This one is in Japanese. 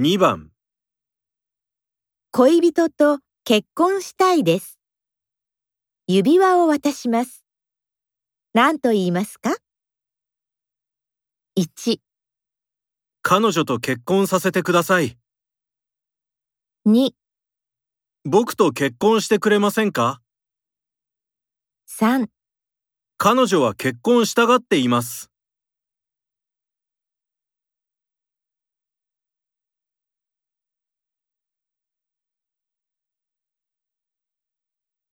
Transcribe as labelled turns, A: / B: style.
A: 2番、
B: 恋人と結婚したいです。指輪を渡します。何と言いますか ?1、
A: 彼女と結婚させてください。
B: 2、
A: 僕と結婚してくれませんか
B: 3
A: 彼女は結婚したがっています。